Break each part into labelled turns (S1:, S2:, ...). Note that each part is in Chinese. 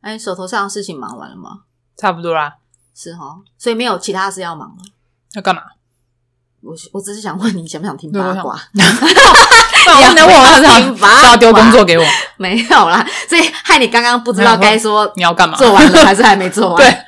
S1: 哎、手头上的事情忙完了吗？
S2: 差不多啦。
S1: 是哈，所以没有其他事要忙了。
S2: 要 干嘛？
S1: 我我只是想问你想不想听
S2: 对我
S1: 八
S2: 想
S1: 卦？
S2: 不然问我他
S1: 听
S2: 想
S1: 吧
S2: 是要丢工作给我，
S1: 没有啦，所以害你刚刚不知道该说
S2: 你要干嘛？
S1: 做完了还是还没做完。
S2: 对，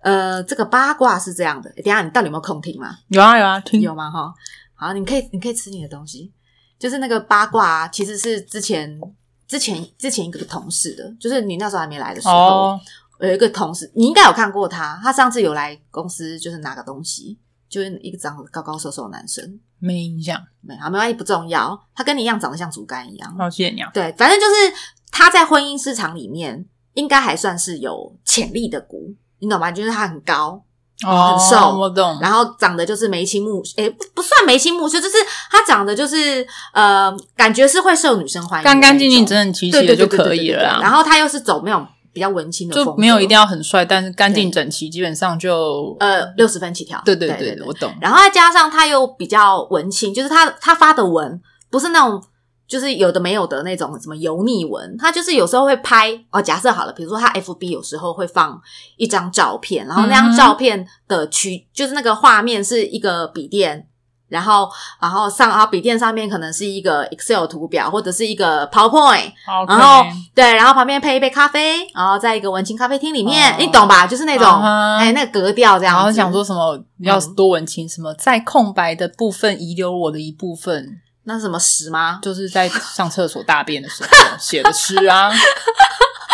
S1: 呃，这个八卦是这样的，诶哎等一下你到底有没有空听嘛？
S2: 有啊有啊，听
S1: 有吗？哈，好，你可以你可以吃你的东西，就是那个八卦、啊，其实是之前之前之前一个同事的，就是你那时候还没来的时候，
S2: 哦，
S1: 有一个同事，你应该有看过他，他上次有来公司就是拿个东西，就是一个长得高高瘦瘦的男生，
S2: 没印象。
S1: 没好没关系不重要，他跟你一样长得像竹竿一样，
S2: 好，谢谢你啊。
S1: 对，反正就是他在婚姻市场里面应该还算是有潜力的股，你懂吗？就是他很高，
S2: 哦，
S1: 很瘦
S2: 我懂。
S1: 然后长得就是眉清目，诶、不不算眉清目秀，就是他长得就是呃，感觉是会受女生欢迎的那
S2: 干
S1: 种，
S2: 干净净、整整齐
S1: 对
S2: 齐的
S1: 对对
S2: 就
S1: 对对
S2: 可以
S1: 对对
S2: 了啦。
S1: 然后他又是走那种比较文青的风格，
S2: 就没有一定要很帅，但是干净
S1: 对
S2: 整齐，基本上就
S1: 呃六十分起跳，
S2: 对
S1: 对
S2: 对
S1: 对
S2: 对，我懂。
S1: 然后再加上他又比较文青，就是他他发的文不是那种就是有的没有的那种什么油腻文，他就是有时候会拍哦，假设好了，比如说他 FB 有时候会放一张照片，然后
S2: 嗯
S1: 那张照片的区、就是那个画面是一个笔电。然后，然后上，然后笔电上面可能是一个 Excel 图表，或者是一个 PowerPoint，然后对，然后旁边配一杯咖啡，然后在一个文青咖啡厅里面，
S2: 哦
S1: 你懂吧？就是那种，
S2: 啊哈
S1: 哎、那个格调这样
S2: 然
S1: 子。
S2: 后想说什么要多文青，什么在空白的部分遗留我的一部分，
S1: 那是什么十吗？
S2: 就是在上厕所大便的 时候写的诗 啊，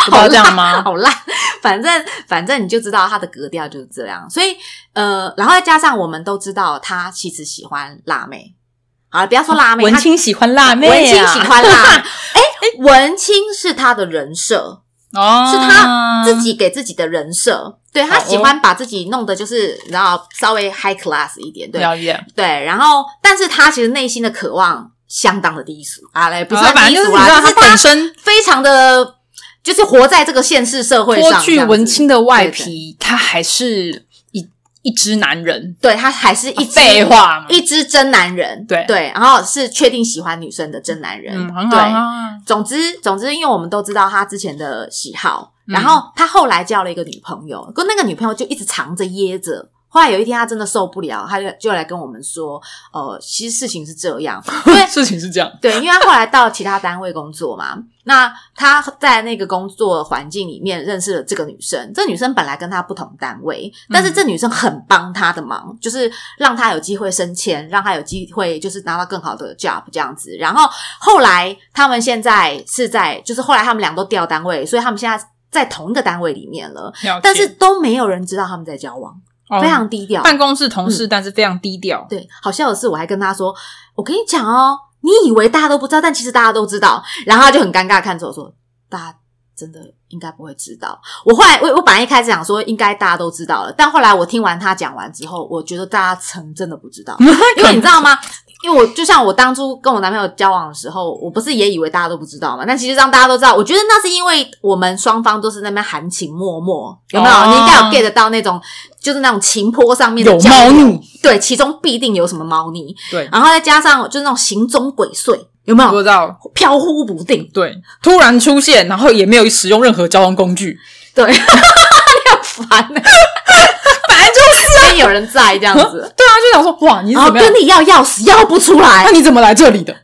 S2: 不知道这样吗？
S1: 好烂，反正反正你就知道他的格调就是这样。所以呃，然后再加上我们都知道他其实喜欢辣妹，好，不要说辣妹，
S2: 文
S1: 他
S2: 青喜欢辣妹啊，
S1: 文青喜欢 辣妹，哎、文青是他的人设，
S2: 哦，
S1: 是他自己给自己的人设。对他喜欢把自己弄得就是，然后稍微 high class 一点，对
S2: 了解，
S1: 对，然后但是他其实内心的渴望相当的低俗啊，来不
S2: 然
S1: 算
S2: 后哦反
S1: 低
S2: 正就是
S1: 俗
S2: 你知道
S1: 啦，就是
S2: 他本身
S1: 非常的，就是活在这个现实社会上，
S2: 脱去文青
S1: 的，
S2: 的外
S1: 对对
S2: 皮，他还是一一只男人，
S1: 对他还是一只
S2: 废话嘛，
S1: 一只真男人，
S2: 对
S1: 对，然后是确定喜欢女生的真男人，
S2: 嗯，很好
S1: 对。
S2: 啊，
S1: 总之，总之，因为我们都知道他之前的喜好，
S2: 嗯
S1: 然后他后来交了一个女朋友，跟那个女朋友就一直藏着掖着。后来有一天，他真的受不了，他就就来跟我们说，呃，其实事情是这 样，因为
S2: 事情是这样，
S1: 对，因为他后来到其他单位工作嘛，那他在那个工作环境里面认识了这个女生。这女生本来跟他不同单位，但是这女生很帮他的忙，就是让他有机会升迁，让他有机会就是拿到更好的 job 这样子。然后后来他们现在是在，就是后来他们俩都调单位，所以他们现在在同一个单位里面了，
S2: 了解
S1: 但是都没有人知道他们在交往，
S2: 哦
S1: 非常嗯低调。
S2: 办公室同事，但是非常低调。
S1: 对，好笑的是，我还跟他说：“我跟你讲哦，你以为大家都不知道，但其实大家都知道。”然后他就很尴尬看着我说：“大家真的应该不会知道。”我后来我我本来一开始想说应该大家都知道了，但后来我听完他讲完之后，我觉得大家曾真的不 知道，因为你知道吗？因为我就像我当初跟我男朋友交往的时候，我不是也以为大家都不知道嘛？但其实让大家都知道，我觉得那是因为我们双方都是在那边含情脉脉，有没有？
S2: 哦
S1: 你应该有 get 得到那种，就是那种情坡上面的
S2: 有
S1: 交
S2: 猫
S1: 流
S2: 腻，
S1: 对，其中必定有什么猫腻，
S2: 对，
S1: 然后再加上就是那种行踪鬼祟，有没
S2: 不
S1: 有
S2: 知道，
S1: 飘忽不定？
S2: 对，突然出现，然后也没有使用任何交通工具，
S1: 对，你很烦呢、
S2: 本来就
S1: 欸，有人在这样
S2: 对啊，
S1: 子，
S2: 就想说哇， 你是
S1: 然后
S2: 怎么样
S1: 跟？你要钥匙要不出来
S2: 那，你怎么来这里的？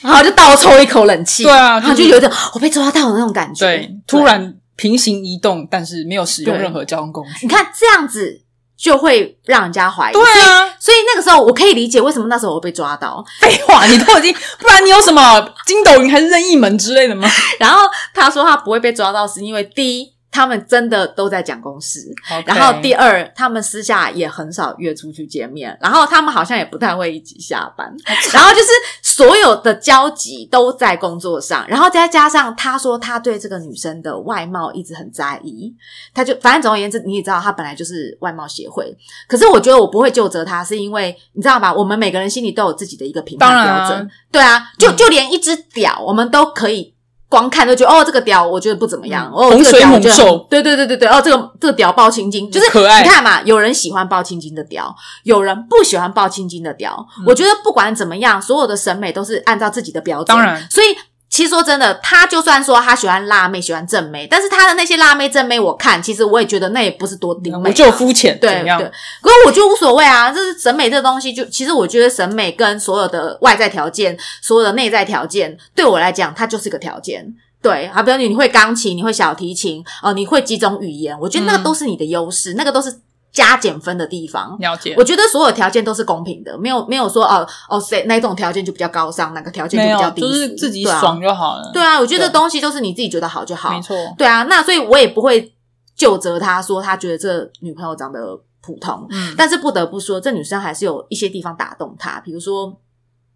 S1: 然后就倒抽一口冷气，
S2: 对啊
S1: 然后
S2: 就
S1: 就是有点我被抓到的那种感觉，
S2: 对，突。然平行移动，但是没有使用
S1: 对
S2: 任何交通工具。
S1: 你看这样子就会让人家怀疑。
S2: 对啊，
S1: 所以那个时候我可以理解为什么那时候我被抓到，
S2: 废话， 你都已经，不然你有什么筋斗云还是任意门之类的吗？
S1: 然后他说他不会被抓到，是因为第一，他们真的都在讲公事；然后第
S2: 二，
S1: 二，他们私下也很少约出去见面，然后他们好像也不太会一起下班，然后就是所有的交集都在工作上，然后再加上他说他对这个女生的外貌一直很在意，他就反正总而言之，你也知道他本来就是外貌协会，可是我觉得我不会纠责他，是因为你知道吧，我们每个人心里都有自己的一个评
S2: 当
S1: 判
S2: 然
S1: 标
S2: 啊嗯
S1: 准，对啊，就就连一只屌，我们都可以。光看就觉得哦，这个屌我觉得不怎么样，
S2: 嗯
S1: 哦，
S2: 洪
S1: 这个
S2: 水
S1: 屌我
S2: 猛
S1: 觉得
S2: 兽
S1: 很对对对对对，哦，这个这个屌抱青筋，就是
S2: 可爱
S1: 你看嘛，有人喜欢抱青筋的屌，有人不喜
S2: 嗯
S1: 欢抱青筋的屌。我觉得不管怎么样，所有的审美都是按照自己的标准，
S2: 当然，
S1: 所以。其实说真的，他就算说他喜欢辣妹，喜欢正妹，但是他的那些辣妹、正妹，我看其实我也觉得那也不是多顶美、啊
S2: 我就肤浅，
S1: 对
S2: 怎
S1: 对
S2: 样？，
S1: 可是我觉得无所谓啊，这是审美这东西就，其实我觉得审美跟所有的外在条件、所有的内在条件，对我来讲，它就是个条件。对，好，比如你会钢琴，你会小提琴，哦、你会几种语言，我觉得那个
S2: 嗯
S1: 都是你的优势，那个都是加减分的地方。
S2: 了解
S1: 我，觉得所有条件都是公平的，没有没有说哦哦谁哪种条件就比较高尚，哪个条件
S2: 没
S1: 就比较
S2: 有，
S1: 低
S2: 就
S1: 俗，
S2: 是自己
S1: 对啊
S2: 爽就好了。
S1: 对啊，我觉得
S2: 对
S1: 东西都是你自己觉得好就好
S2: 没。错，
S1: 对啊，那所以我也不会就责他说他觉得这女朋友长得普通，
S2: 嗯，
S1: 但是不得不说，这女生还是有一些地方打动他，比如说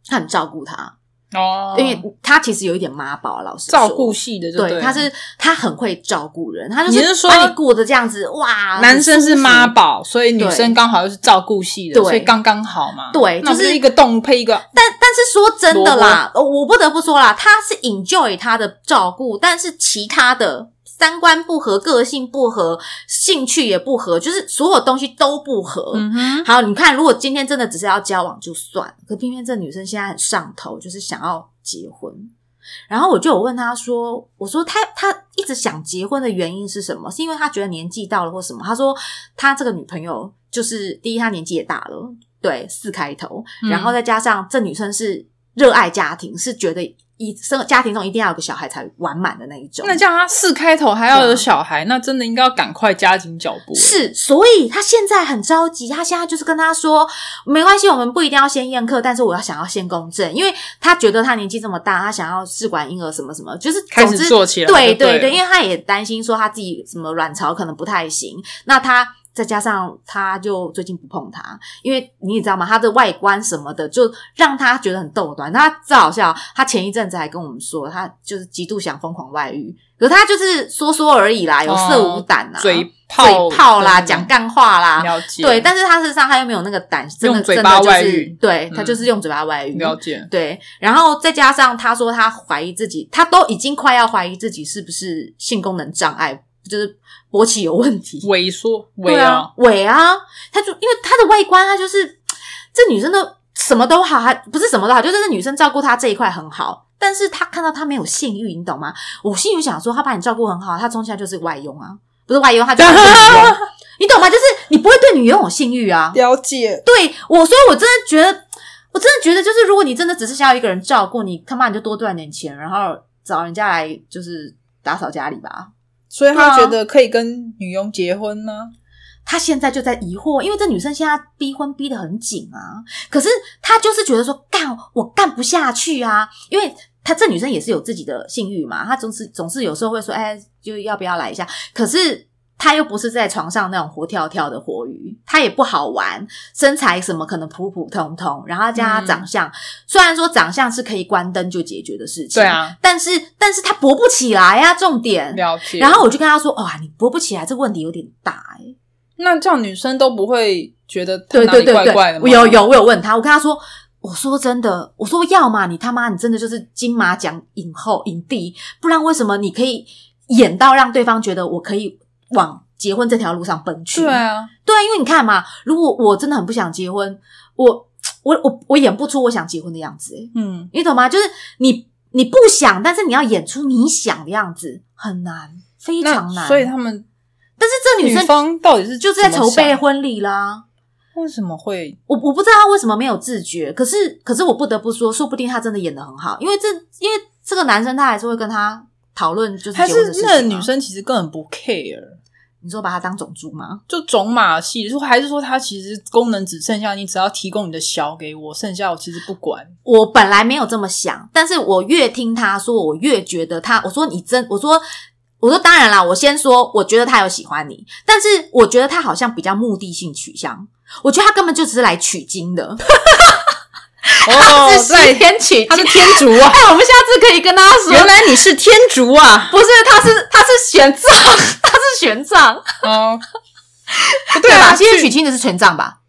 S1: 她很照顾他，
S2: 哦，
S1: 因为她其实有一点妈宝，老实说
S2: 照顾。系的就
S1: 对，
S2: 了
S1: 她是她很会照顾人，她就
S2: 你是说
S1: 把你顾的这样子哇，
S2: 男生是妈
S1: 很舒服，
S2: 宝，所以女生
S1: 对
S2: 刚好又是照顾系的，
S1: 对
S2: 所以刚刚好嘛。
S1: 对
S2: 那
S1: 就是
S2: 一个洞配一个，
S1: 但但是说真的啦，呃我不得不说啦，她是 enjoy 她的照顾，但是其他的三观不合、个性不合、兴趣也不合，就是所有东西都不合。
S2: 嗯哼，
S1: 好，你看，如果今天真的只是要交往就算，可偏偏这女生现在很上头，就是想要结婚。然后我就有问她说：“我说她她一直想结婚的原因是什么？是因为她觉得年纪到了或什么？”她说：“她这个女朋友就是第一，她年纪也大了，对，四开头，
S2: 嗯
S1: 然后再加上这女生是热爱家庭，是觉得一生家庭中一定要有个小孩才完满的那一种。
S2: 那这样他四开头还要
S1: 对
S2: 有
S1: 啊
S2: 小孩，那真的应该要赶快加紧脚步。
S1: 是，所以他现在很着急，他现在就是跟他说，没关系，我们不一定要先验课，但是我要想要先公证，因为他觉得他年纪这么大，他想要试管婴儿什么什么，就是
S2: 开
S1: 总
S2: 始
S1: 之
S2: 做起来就
S1: 对
S2: 对了
S1: 对，因为他也担心说他自己什么卵巢可能不太行，那他。再加上他就最近不碰他，因为你也知道吗？他的外观什么的，就让他觉得很逗短。他最好笑，他前一阵子还跟我们说，他就是极度想疯狂外遇，可是他就是说说而已啦，有色无
S2: 哦
S1: 胆啊，
S2: 嘴
S1: 嘴炮啦，
S2: 真的
S1: 讲干话啦，
S2: 了解，
S1: 对，但是他事实上他又没有那个胆，真的
S2: 用嘴巴
S1: 真的
S2: 外
S1: 就
S2: 遇
S1: 是对他
S2: 嗯
S1: 就是用嘴巴外遇，
S2: 了解，
S1: 对，然后再加上他说他怀疑自己，他都已经快要怀疑自己是不是性功能障碍，就是勃起有问题，
S2: 萎缩，
S1: 对
S2: 萎
S1: 啊，，伪啊，他就因为他的外观，他就是这女生的什么都好，还不是什么都好，就是这女生照顾他这一块很好。但是他看到他没有性欲，你懂吗？我心里想说，他把你照顾很好，他从小就是外佣啊，不是外佣，他就是女佣，你懂吗？就是你不会对女佣有性欲啊。
S2: 了解，
S1: 对我，所以我真的觉得，我真的觉得，就是如果你真的只是想要一个人照顾你，他妈你就多赚点钱，然后找人家来就是打扫家里吧。
S2: 所以他
S1: 对
S2: 觉
S1: 啊
S2: 得可以跟女佣结婚吗？
S1: 他现在就在疑惑，因为这女生现在逼婚逼得很紧啊，可是他就是觉得说干我干不下去啊，因为他这女生也是有自己的性欲嘛，她总是总是有时候会说，哎，就要不要来一下？可是她又不是在床上那种活跳跳的活鱼，她也不好玩，身材什么可能普普通通，然后加上她长相，虽然说长相是可以关灯就解决的事情，
S2: 嗯对，啊，
S1: 但是但是她勃不起来啊，重点。
S2: 了解。
S1: 然后我就跟她说，哇、你勃不起来，这问题有点大哎、
S2: 那这样女生都不会觉得她
S1: 对
S2: 哪
S1: 对
S2: 里
S1: 对
S2: 怪
S1: 对，
S2: 怪的吗？
S1: 我有有我有问他，我跟他说，我说真的，我说要嘛你他妈你真的就是金马奖影后影帝，不然为什么你可以演到让对方觉得我可以往结婚这条路上奔去？
S2: 对啊，
S1: 对啊因为你看嘛，如果我真的很不想结婚，我我我我演不出我想结婚的样子、欸
S2: 嗯，
S1: 你懂吗？就是你你不想，但是你要演出你想的样子，很难，非
S2: 嗯那
S1: 常难。
S2: 所以他们
S1: 但是这女
S2: 女
S1: 生
S2: 方到底是
S1: 就是在
S2: 怎么
S1: 筹备
S2: 想
S1: 婚礼啦。
S2: 为什么会
S1: 我我不知道他为什么没有自觉，可是可是我不得不说，说不定他真的演的很好，因为这因为这个男生他还是会跟他讨论，就是
S2: 还
S1: 结婚的
S2: 是
S1: 事情啊
S2: 那个女，生其实根本不 care，
S1: 你说把他当种猪吗？
S2: 就种马戏，就还是说她其实功能只剩下你只要提供你的小给我，剩下我其实不 管。
S1: 我本来没有这么想，但是我越听他说，我越觉得他，我说你真，我说。我说当然啦，我先说，我觉得他有喜欢你，但是我觉得他好像比较目的性取向，我觉得他根本就只是来取经的，
S2: 哦
S1: 是西
S2: 对，
S1: 天取
S2: 她
S1: 经
S2: 是。天竺啊，
S1: 哎，我们下次可以跟他说，
S2: 原来你是天竺啊，
S1: 不是，他是他是玄奘， 他是玄奘，
S2: 哦，
S1: 对
S2: 啊，
S1: 吧？今天
S2: 取
S1: 取经的是权杖吧？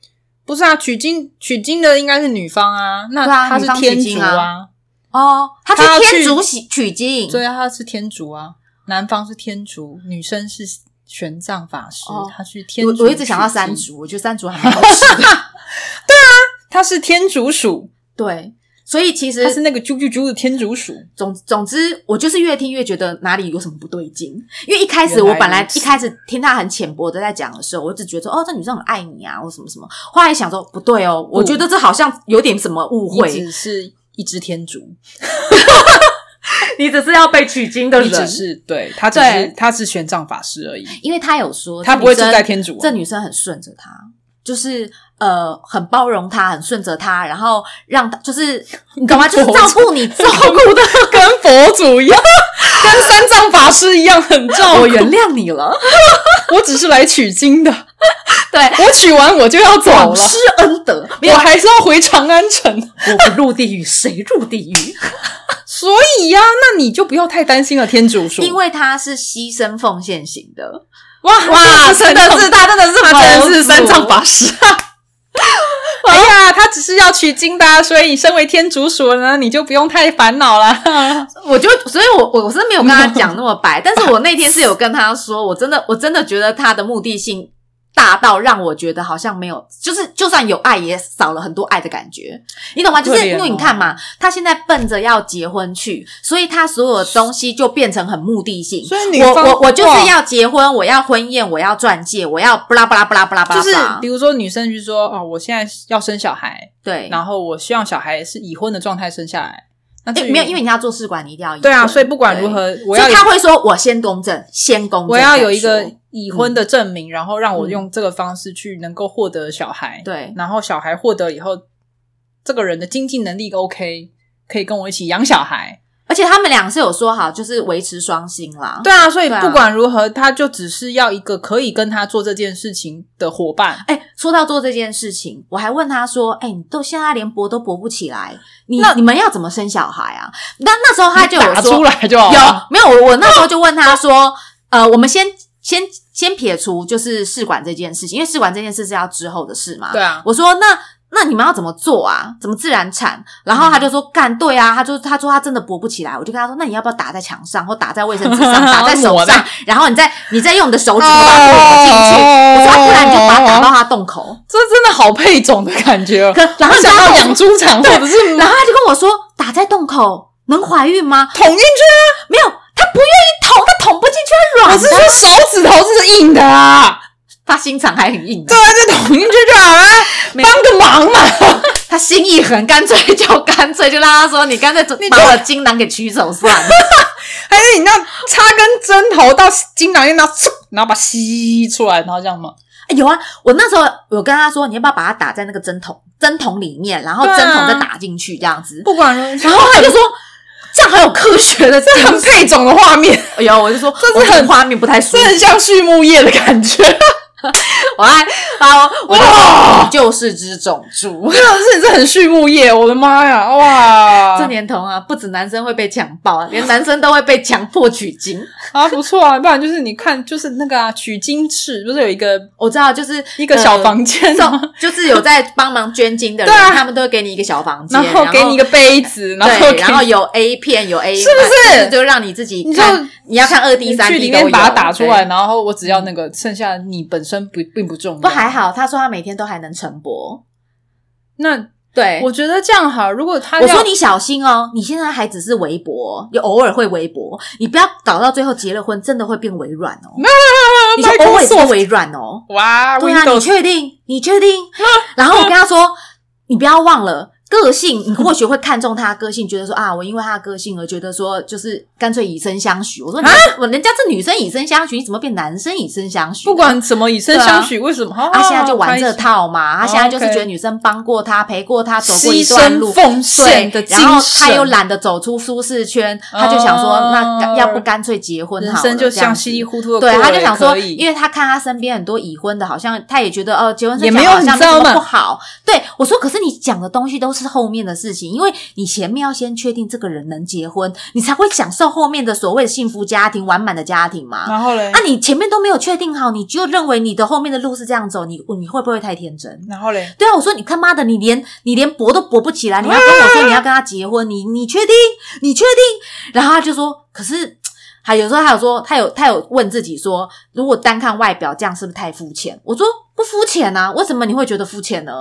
S2: 不是啊，取经取经的应该是女方啊，那
S1: 对啊
S2: 她是
S1: 女方取
S2: 天
S1: 经
S2: 竺
S1: 啊
S2: 啊，
S1: 哦，他
S2: 他要
S1: 去
S2: 去
S1: 天竺取取经，
S2: 对啊，她是天竺啊，男方是天竺，女生是玄奘法师
S1: 哦，
S2: 她去天
S1: 我
S2: 竺。
S1: 我一直想到 山，竹，我觉得山竹还蛮好吃的。
S2: 她是天竺鼠，
S1: 对，所以其
S2: 它是
S1: 实
S2: 那个啾啾啾的天竺鼠，
S1: 总总之，我就是越听越觉得哪里有什么不对劲。因为一开始
S2: 原来
S1: 我本来
S2: 如此
S1: 一开始听他很浅薄的在讲的时候，我只觉得说哦，这女生很爱你啊，或什么什么。后来想说不对哦，我觉得这好像有点什么误
S2: 你
S1: 会。
S2: 只是一只天竺，
S1: 你只是要被取经的
S2: 你只是对他只是
S1: 对
S2: 他是玄奘法师 而已，
S1: 因为他有说
S2: 他
S1: 这
S2: 不会
S1: 女
S2: 住
S1: 生
S2: 在天竺啊
S1: 这女生很顺着他，就是呃很包容他，很顺着他，然后让他就是你懂吗？就是照顾你，照顾的。
S2: 跟佛祖一样， 跟三藏法师一样很照
S1: 我
S2: 顾。
S1: 原谅你了，
S2: 我只是来取经的，
S1: 对，
S2: 我取完我就要走了
S1: 广，施恩德， 没有
S2: 我，还是要回长安城。
S1: 我不入地狱，谁入地狱？
S2: 所以呀、那你就不要太担心了，天竺鼠。
S1: 因为他是牺牲奉献型的，
S2: 哇
S1: 哇， 真的是他真的是
S2: 他真的
S1: 佛
S2: 是
S1: 祖
S2: 三藏法师。 哎呀，他只是要取经的、啊，所以身为天竺鼠呢，你就不用太烦恼了。
S1: 我就，所以我我我是没有跟 他讲那么白，但是我那天是有跟他说，我真的我真的觉得他的目的性大到让我觉得好像没有，就是就算有爱也少了很多爱的感觉，你懂吗？就是
S2: 可怜哦
S1: 因为你看嘛，他现在奔着要结婚去，所以他所有的东西就变成很目的性。
S2: 所以女
S1: 我
S2: 方
S1: 我我就是
S2: 哇
S1: 要结婚，我要婚宴，我要钻戒，我要布拉布拉布拉布拉布拉，
S2: 就是比如说女生就说哦，我现在要生小孩，
S1: 对，
S2: 然后我希望小孩是已婚的状态生下来。那
S1: 诶
S2: 至于
S1: 哎没有，因为你要做试管，你一定要
S2: 对
S1: 一
S2: 啊，
S1: 个
S2: 所以不管
S1: 对
S2: 如何，
S1: 所
S2: 我要
S1: 以
S2: 有
S1: 他会说：“我先公证，先公证。”
S2: 我要有一
S1: 再说
S2: 个已婚
S1: 嗯
S2: 的证明，然后让我用这个方式去能够获得小孩。
S1: 对
S2: 然后小孩获得以后，这个人的经济能力 OK，可以跟我一起养小孩。
S1: 而且他们俩是有说好，就是维持双薪啦。
S2: 对啊，所以
S1: 对啊
S2: 不管如何，他就只是要一个可以跟他做这件事情的伙伴。
S1: 哎、说到做这件事情，我还问他说：“哎、你都现在连搏都搏不起来，你
S2: 那
S1: 你们要怎么生小孩啊？”那那时候他就有
S2: 打
S1: 说：“
S2: 出来就哦好
S1: 有
S2: 了。
S1: 没有？我我那时候就问他 说：“呃，我们先先先撇除就是试管这件事情，因为试管这件事是要之后的事嘛。”
S2: 对啊，
S1: 我说那那你们要怎么做啊？怎么自然产？然后他就说、干对啊，他就他说他真的勃不起来。我就跟他说，那你要不要打在墙上，或打在卫生纸 上，打在手
S2: 抹
S1: 上
S2: 呗，
S1: 然后你再你再用你的手指把它抹进去。
S2: 哦
S1: 我说不然你就把它打到他洞口。
S2: 这真的好配种的感觉哦。
S1: 可然后
S2: 没想
S1: 他
S2: 到
S1: 跟我
S2: 养猪场或者是
S1: 然后他就跟我说，打在洞口能怀孕吗？
S2: 捅进去，
S1: 没有，他不愿意捅，他捅不进去，他
S2: 我
S1: 软
S2: 是
S1: 的，
S2: 说手指头是硬的啊，
S1: 他心肠还很硬
S2: 对
S1: 的，
S2: 啊，就捅进去就好了，
S1: 没
S2: 帮个忙嘛。
S1: 他心一横，干脆就干脆就让他说，你干脆
S2: 你
S1: 把
S2: 就
S1: 我的精囊给取走算了。
S2: 还是你那插根针头到精囊里，然后嗖然后把它吸出来，然后这样吗？
S1: 欸有啊，我那时候有跟他说，你要不要把它打在那个针筒针筒里面，然后
S2: 对啊
S1: 针筒再打进去这样子。
S2: 不管如何，
S1: 然后他就说，这样很有科学的
S2: 这 很
S1: 精神。
S2: 配种的画 面，
S1: 哎呦，我就说，
S2: 这是
S1: 我
S2: 很
S1: 这个画面不太舒
S2: 这很
S1: 服。
S2: 像畜牧业的感觉。
S1: 我还啊，我就说
S2: 哇
S1: 你就是只种猪。
S2: 真的是，这很畜牧业，我的妈呀， 哇！
S1: 这年头啊，不止男生会被强暴啊，连男生都会被强迫取经。
S2: 啊不错啊，不然就是你看，就是那个啊，取经室不是有一个
S1: 我知道，就是
S2: 一个小房间
S1: 呃
S2: 吗？
S1: 送就是有在帮忙捐精的人，
S2: 对啊
S1: 他们都会给你一个小房间，
S2: 然后给你一个杯子，然后
S1: 对，
S2: 给
S1: 然后有 A 片，有 A 啊
S2: 是不是
S1: 就就让你自己
S2: 你就
S1: 看，你要看二 D、
S2: 你
S1: 三
S2: 去
S1: D
S2: 里面把它打出来，
S1: 对。
S2: 然后我只要那个，剩下你本身不并嗯不重要。
S1: 不还？好，他说他每天都还能晨勃。
S2: 那
S1: 对，
S2: 我觉得这样好，如果他
S1: 哎我
S2: 要
S1: 说你小心哦，你现在还只是微薄，有偶尔会微薄，你不要搞到最后结了婚真的会变微软哦。你就偶尔做微软哦。
S2: 哇
S1: 对啊，你
S2: ，Windows
S1: 确定？你确定？
S2: 啊
S1: 然后我跟他说，你不要忘了。个性，你或许会看中他的个性，觉得说 啊，我因为他的个性而觉得说，就是干脆以身相许。我
S2: 啊
S1: 说，我人家这女生以身相许，你怎么变男生以身相许呢？啊
S2: 不管怎么以身相许，为什么？哦
S1: 他
S2: 他
S1: 啊现在就玩这套嘛，他现在就是觉得
S2: 哦 OK
S1: 女生帮过他、陪过他、走过一
S2: 牺
S1: 段路
S2: 牲，奉
S1: 对
S2: 献的，精
S1: 然后他又
S2: 神，
S1: 懒得走出舒适圈，他就想说，
S2: 哦
S1: 那干要不干脆结婚
S2: 人
S1: 好了？
S2: 生就
S1: 这样
S2: 像
S1: 子
S2: 稀里糊涂的过
S1: 对，
S2: 了，
S1: 他就想说，
S2: 也可以
S1: 因为他看他身边很多已婚的，好像他也觉得，哦，结婚生
S2: 也
S1: 小
S2: 没
S1: 孩
S2: 有
S1: 好像
S2: 你知道
S1: 什么
S2: 吗
S1: 不好。对我说，可是你讲的东西都是后面的事情，因为你前面要先确定这个人能结婚，你才会享受后面的所谓的幸福家庭、完满的家庭嘛。
S2: 然后嘞
S1: 啊，，你前面都没有确定好，你就认为你的后面的路是这样走，你你会不会太天真？
S2: 然后嘞，
S1: 对啊，我说你他妈的，你连你连搏都搏不起来，你要跟我说你要跟他结婚，你你确定？你确定？然后他就说，可是还有时候他有说，他有他有问自己说，如果单看外表，这样是不是太肤浅？我说不肤浅啊，为什么你会觉得肤浅呢？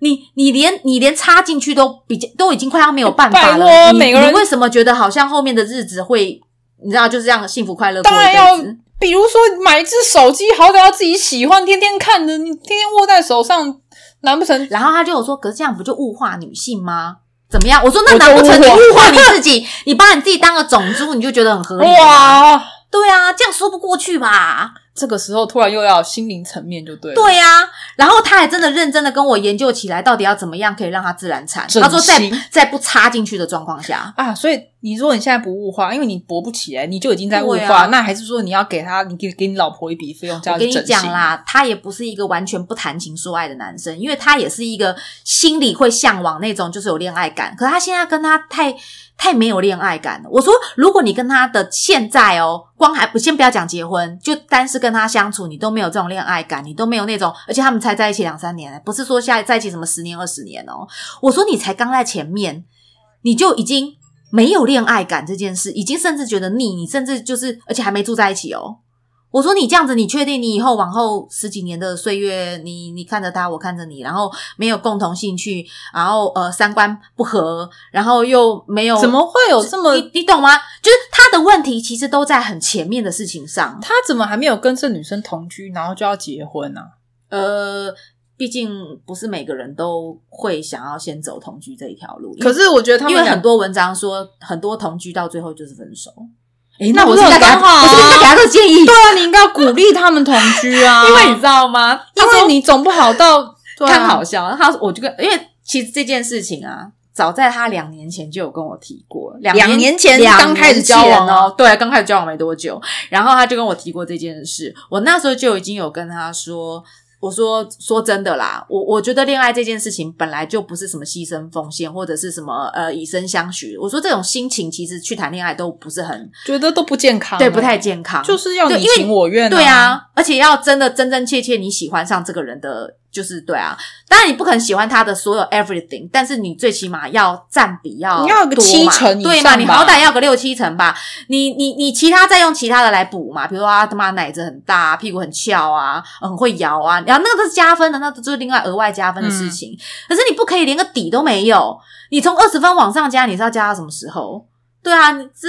S1: 你你连你连插进去都比较都已经快要没有办法
S2: 哎拜托
S1: 了，你
S2: 每个人
S1: 你为什么觉得好像后面的日子会你知道就是这样幸福快乐过
S2: 当然
S1: 一
S2: 要
S1: 辈子？
S2: 比如说买一只手机，好歹要自己喜欢，天天看着，你天天握在手上，难不成
S1: 然后他就有说，可是这样不就物化女性吗？怎么样？我说那
S2: 我就
S1: 难不成你
S2: 物化
S1: 物化你自己？ 你把你自己当个种族，你就觉得很合理？哇，
S2: 哇？
S1: 对啊，这样说不过去吧？
S2: 这个时候突然又要有心灵层面就对了，
S1: 对呀、然后他还真的认真的跟我研究起来，到底要怎么样可以让它自然产。
S2: 整
S1: 他说在
S2: 形
S1: 在不插进去的状况下，
S2: 啊，所以你如果你现在不物化，因为你勃不起来，你就已经在物
S1: 对
S2: 化，
S1: 啊
S2: 那还是说你要给他，你给给你老婆一笔费用叫
S1: 我啊跟你
S2: 整
S1: 讲
S2: 形？
S1: 啦，他也不是一个完全不谈情说爱的男生，因为他也是一个心里会向往那种就是有恋爱感，可是他现在跟他太太没有恋爱感了。我说，如果你跟他的现在哦，光还不先不要讲结婚，就单是跟他相处，你都没有这种恋爱感，你都没有那种，而且他们才在一起两三年，不是说下在一起什么十年二十年哦。我说你才刚在前面，你就已经没有恋爱感这件事，已经甚至觉得腻，你甚至就是而且还没住在一起哦。我说你这样子，你确定你以后往后十几年的岁月，你你看着他，我看着你，然后没有共同兴趣，然后呃三观不合，然后又没有
S2: 怎么会有这么？
S1: 你你懂吗？就是他的问题其实都在很前面的事情上。
S2: 他怎么还没有跟这女生同居，然后就要结婚啊呢、
S1: 呃，毕竟不是每个人都会想要先走同居这一条路。因为
S2: 可是我觉得他
S1: 因
S2: 们
S1: 为
S2: 俩
S1: 很多文章说，很多同居到最后就是分手。诶
S2: 那
S1: 我
S2: 不
S1: 是
S2: 是
S1: 不是应
S2: 很
S1: 该给
S2: 刚好
S1: 他我
S2: 啊
S1: 是不是应该给他个建 议
S2: 对？啊，你应该要鼓励他们同居啊，
S1: 因为你知道吗？
S2: 因为你总不好到对啊
S1: 看好笑，他我就跟，因为其实这件事情啊，早在他两年前就有跟我提过，两
S2: 两年前
S1: 两
S2: 刚开始交往
S1: 前哦，对，刚开始交往没多久，然后他就跟我提过这件事，我那时候就已经有跟他说。我说说真的啦，我我觉得恋爱这件事情本来就不是什么牺牲奉献或者是什么呃以身相许。我说这种心情其实去谈恋爱都不是很呃
S2: 觉得都不健康、啊
S1: 对，不太健康。
S2: 就是要
S1: 对
S2: 你
S1: 因为
S2: 情我愿、哦
S1: 对，啊，而且要真的真真切切你喜欢上这个人的，就是对啊。当然你不可能喜欢他的所有 everything，但是你最起码要占比要
S2: 你要有个
S1: 多嘛
S2: 七成以
S1: 对
S2: 上
S1: 嘛？
S2: 吧
S1: 你好歹要个六七成吧。你你你其他再用其他的来补嘛，比如说啊他他妈奶子很大、啊，屁股很翘啊，很会摇啊，然后那个都是加分的，那就是另外额外加分的事
S2: 嗯
S1: 情。可是你不可以连个底都没有，你从二十分往上加，你是要加到什么时候？对啊，你这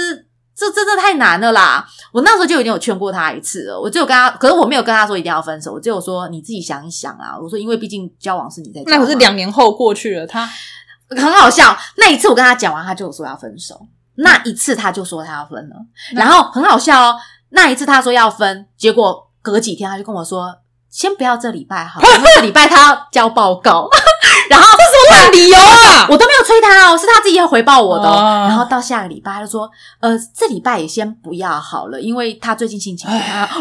S1: 这真的太难了啦！我那时候就已经有劝过他一次了，我只有跟他，可是我没有跟他说一定要分手，我只有说你自己想一想啊。我说，因为毕竟交往是你在交
S2: 那
S1: 往
S2: 可是两年后过去了，他
S1: 很好笑。那一次我跟他讲完，他就有说要分手。那一次他就说他要分了，
S2: 那
S1: 然后很好笑哦。那一次他说要分，结果隔几天他就跟我说，先不要这礼拜好了，因为这礼拜他要交报告。 然后
S2: 什么理由 啊？
S1: 我都没有催他哦，是他自己要回报我的、哦。
S2: 哦
S1: 然后到下个礼拜，他就说：“呃，这礼拜也先不要好了，因为他最近心情 不太好。”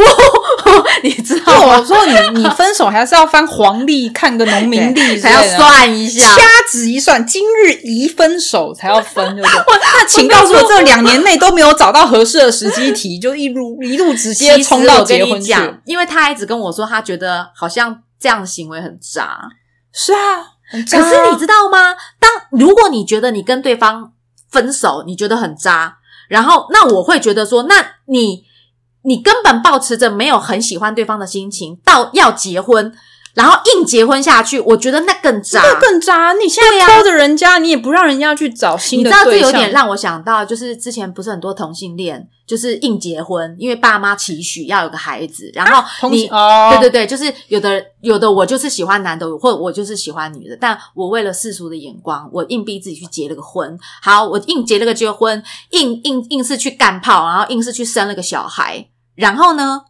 S1: 我我，你知
S2: 对，
S1: 道
S2: 哎我
S1: 吗？
S2: 说你 你分手还是要翻黄历看个农民历之类的，
S1: 还要算一下
S2: 掐。指一算，今日宜分手才要分，对 不对？那请
S1: 我跟
S2: 告
S1: 你
S2: 诉我，
S1: 说
S2: 这两年内都没有找到合适的时机提，就一路一路直接
S1: 其实
S2: 冲到
S1: 我
S2: 结
S1: 跟
S2: 婚
S1: 你
S2: 去。
S1: 讲，因为他一直跟我说，他觉得好像这样的行为很渣。
S2: 是啊，
S1: 可是你知道吗？当如果你觉得你跟对方分手，你觉得很渣，然后那我会觉得说，那你你根本保持着没有很喜欢对方的心情，到要结婚，然后硬结婚下去，我觉得那更渣。
S2: 这更渣！你现在挑着人家，你也不让人家去找新
S1: 你
S2: 的
S1: 知道这
S2: 对象，
S1: 有点让我想到，就是之前不是很多同性恋，就是硬结婚，因为爸妈期许要有个孩子，然后
S2: 同
S1: 你、
S2: 哦，
S1: 对对对，就是有的有的我就是喜欢男的，或者我就是喜欢女的，但我为了世俗的眼光，我硬逼自己去结了个婚。好，我硬结了个结婚，硬硬硬是去干炮，然后硬是去生了个小孩。然后呢，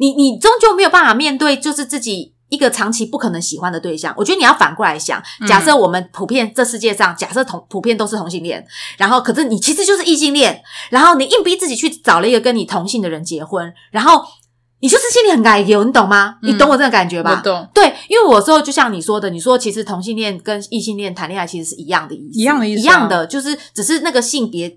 S1: 你你终究没有办法面对，就是自己。一个长期不可能喜欢的对象，我觉得你要反过来想。假设我们普遍这世界上，假设同普遍都是同性恋，然后可是你其实就是异性恋，然后你硬逼自己去找了一个跟你同性的人结婚，然后你就是心里很改有，你懂吗？
S2: 嗯
S1: 你懂我这个感觉
S2: 我
S1: 吧？
S2: 懂。
S1: 对，因为我说就像你说的，你说其实同性恋跟异性恋谈恋爱其实是一样的意思，
S2: 一样的意思啊
S1: 一样的，就是只是那个性别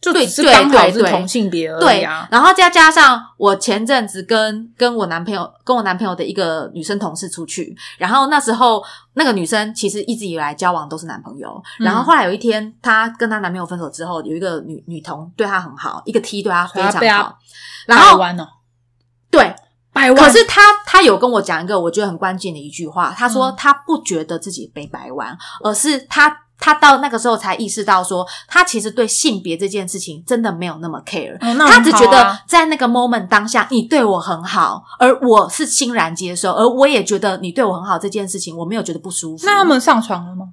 S2: 就
S1: 对
S2: 只是
S1: 对
S2: 刚好
S1: 对
S2: 是
S1: 对
S2: 同性别而已
S1: 对
S2: 啊。，
S1: 然后再加上我前阵子跟跟我男朋友跟我男朋友的一个女生同事出去，然后那时候那个女生其实一直以来交往都是男朋友，
S2: 嗯
S1: 然后后来有一天她跟她男朋友分手之后，有一个女女同对她很好，一个 T 对她非
S2: 她被
S1: 常
S2: 她
S1: 好，然后
S2: 掰弯哦，
S1: 对
S2: 掰百万，
S1: 可是他他有跟我讲一个我觉得很关键的一句话，他
S2: 嗯
S1: 说他不觉得自己被掰弯，而是他他到那个时候才意识到说，他其实对性别这件事情真的没有那么 care，、
S2: 哦那很好啊
S1: 他只觉得在那个 moment 当下你对我很好，而我是欣然接受，而我也觉得你对我很好这件事情，我没有觉得不舒服。
S2: 那他们上床了吗？